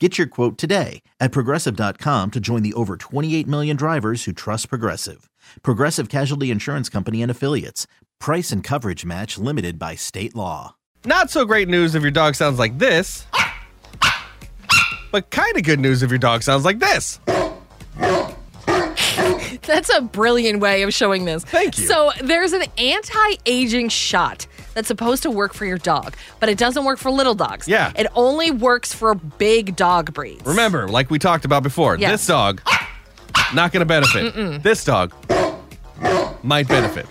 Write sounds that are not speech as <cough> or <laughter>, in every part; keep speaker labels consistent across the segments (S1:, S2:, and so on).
S1: Get your quote today at progressive.com to join the over 28 million drivers who trust Progressive. Progressive Casualty Insurance Company and Affiliates. Price and coverage match limited by state law.
S2: Not so great news if your dog sounds like this, but kind of good news if your dog sounds like this.
S3: That's a brilliant way of showing this.
S2: Thank you.
S3: So, there's an anti aging shot that's supposed to work for your dog, but it doesn't work for little dogs.
S2: Yeah.
S3: It only works for big dog breeds.
S2: Remember, like we talked about before,
S3: Yes.
S2: this dog not going to benefit. This dog might benefit.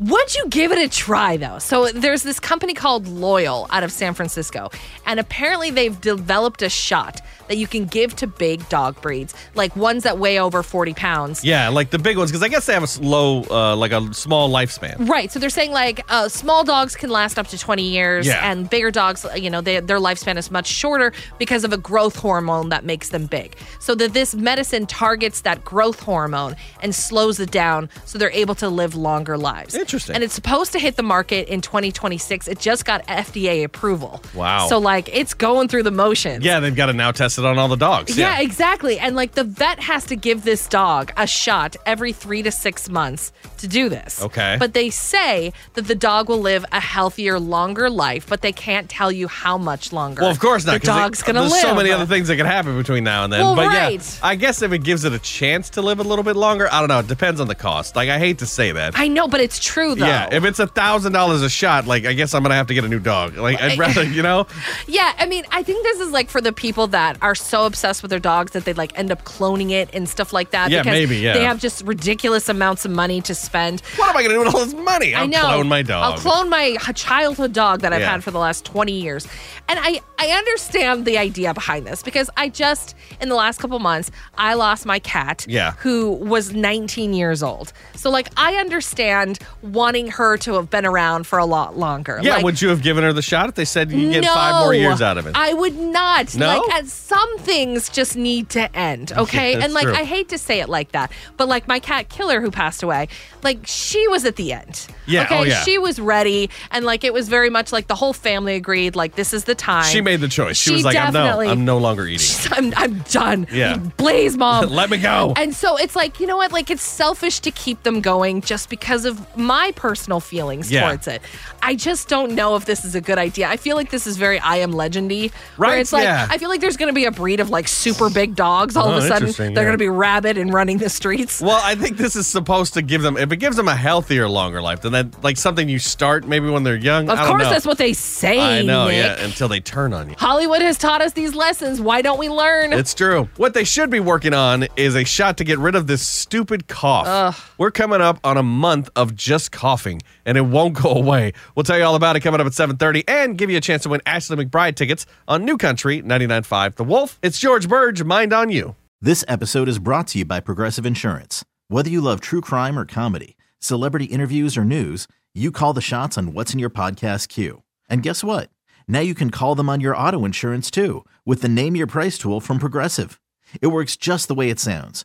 S3: Would you give it a try though? So there's this company called Loyal out of San Francisco, and apparently they've developed a shot that you can give to big dog breeds, like ones that weigh over 40 pounds.
S2: Yeah, like the big ones because I guess they have a s- low, uh, like a small lifespan.
S3: Right. So they're saying like uh, small dogs can last up to 20 years,
S2: Yeah.
S3: and bigger dogs, you know, they, their lifespan is much shorter because of a growth hormone that makes them big. So that this medicine targets that growth hormone and slows it down, so they're able to live longer lives.
S2: Interesting.
S3: And it's supposed to hit the market in 2026. It just got FDA approval.
S2: Wow.
S3: So like it's going through the motions.
S2: Yeah, they've got to now test it on all the dogs.
S3: Yeah, exactly. And like the vet has to give this dog a shot every three to six months to do this.
S2: Okay.
S3: But they say that the dog will live a healthier, longer life, but not tell you how much longer.
S2: Well, of course not.
S3: The
S2: 'cause they-
S3: dog's gonna
S2: there's
S3: live.
S2: so many other things that could happen between now and then.
S3: Well,
S2: but
S3: right.
S2: yeah, I guess if it gives it a chance to live a little bit longer, I don't know. It depends on the cost. Like I hate to say that.
S3: I know, but it's true though.
S2: Yeah, if it's a thousand dollars a shot, like I guess I'm gonna have to get a new dog. Like I'd rather, you know,
S3: Yeah, I mean, I think this is like for the people that are so obsessed with their dogs that they like end up cloning it and stuff like that.
S2: Yeah,
S3: because
S2: maybe, yeah.
S3: They have just ridiculous amounts of money to spend.
S2: what am I gonna do with all this money? I'll
S3: I know.
S2: clone my dog.
S3: I'll clone my h- childhood dog that I've
S2: Yeah.
S3: had for the last 20 years. And I, I understand the idea behind this because I just, in the last couple months, I lost my cat
S2: Yeah.
S3: who was 19 years old. So, like, I understand wanting her to have been around for a lot longer.
S2: Yeah,
S3: like,
S2: would you have given her the shot if they said you get five more
S3: no,
S2: years out of it?
S3: I would not.
S2: No?
S3: Like, at some things just need to end, okay?
S2: that's
S3: and like,
S2: true.
S3: I hate to say it like that, but like my cat Killer, who passed away, like she was at the end.
S2: Yeah,
S3: Okay,
S2: oh, yeah.
S3: she was ready, and like it was very much like the whole family agreed, like this is the time.
S2: she made the choice. She,
S3: She
S2: was like, I'm no,
S3: definitely-
S2: I'm no longer eating.
S3: <laughs> I'm, I'm done.
S2: Yeah.
S3: Blaze,
S2: <laughs>
S3: mom.
S2: Let me go.
S3: And so it's like, you know what? Like, it's selfish to keep them going just because of my personal feelings
S2: Yeah.
S3: towards it. I just don't know if this is a good idea. I feel like this is very I am legendy.
S2: Right,
S3: Where it's like,
S2: yeah.
S3: I feel like there's going to be a breed of like super big dogs all
S2: Oh,
S3: of a sudden. They're
S2: interesting, yeah.
S3: going to be rabid and running the streets.
S2: Well, I think this is supposed to give them. If it gives them a healthier, longer life, then that like something you start maybe when they're young.
S3: Of
S2: I don't
S3: course,
S2: know.
S3: that's what they say.
S2: I know.
S3: Nick.
S2: Yeah, until they turn on you.
S3: Hollywood has taught us these lessons. Why don't we learn?
S2: It's true. What they should be working on is a shot to get rid of this stupid cough. We're coming up on a month of just coughing, and it won't go <laughs> away. We'll tell you all about it coming up at 7.30 and give you a chance to win Ashley McBride tickets on New Country 99.5 The Wolf. It's George Burge, Mind on You.
S1: This episode is brought to you by Progressive Insurance. Whether you love true crime or comedy, celebrity interviews or news, you call the shots on what's in your podcast queue. And guess what? Now you can call them on your auto insurance too with the Name Your Price tool from Progressive. It works just the way it sounds.